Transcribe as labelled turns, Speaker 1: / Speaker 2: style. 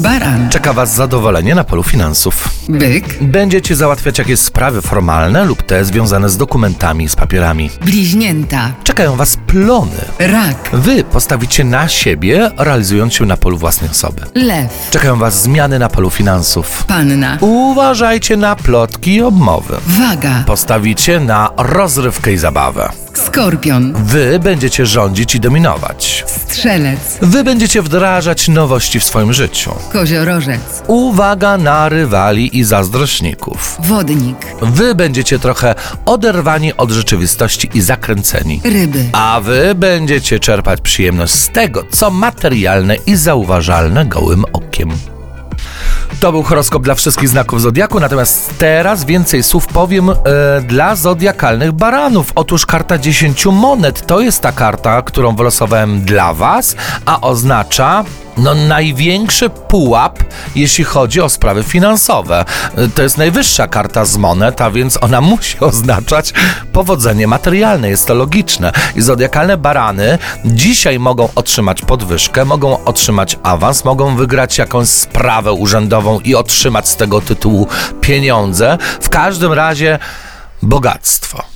Speaker 1: Baran,
Speaker 2: Czeka Was zadowolenie na polu finansów.
Speaker 1: byk,
Speaker 2: Będziecie załatwiać jakieś sprawy formalne lub te związane z dokumentami, z papierami.
Speaker 1: bliźnięta,
Speaker 2: Czekają Was plony.
Speaker 1: rak,
Speaker 2: Wy postawicie na siebie, realizując się na polu własnej osoby.
Speaker 1: lew,
Speaker 2: Czekają Was zmiany na polu finansów.
Speaker 1: panna,
Speaker 2: Uważajcie na plotki i obmowy.
Speaker 1: waga,
Speaker 2: Postawicie na rozrywkę i zabawę.
Speaker 1: skorpion,
Speaker 2: Wy będziecie rządzić i dominować.
Speaker 1: strzelec,
Speaker 2: Wy będziecie wdrażać nowości w swoim życiu.
Speaker 1: koziorożec,
Speaker 2: Uwaga na rywali i zazdrośników.
Speaker 1: wodnik,
Speaker 2: Wy będziecie trochę oderwani od rzeczywistości i zakręceni.
Speaker 1: ryby,
Speaker 2: A wy będziecie czerpać przyjemność z tego, co materialne i zauważalne gołym okiem. To był horoskop dla wszystkich znaków zodiaku, natomiast teraz więcej słów powiem e, dla zodiakalnych baranów. Otóż karta 10 monet to jest ta karta, którą wylosowałem dla Was, a oznacza no, największy pułap, jeśli chodzi o sprawy finansowe. E, To jest najwyższa karta z monet, a więc ona musi oznaczać powodzenie materialne. Jest to logiczne. I zodiakalne barany dzisiaj mogą otrzymać podwyżkę, mogą otrzymać awans, mogą wygrać jakąś sprawę urzędową i otrzymać z tego tytułu pieniądze. W każdym razie bogactwo.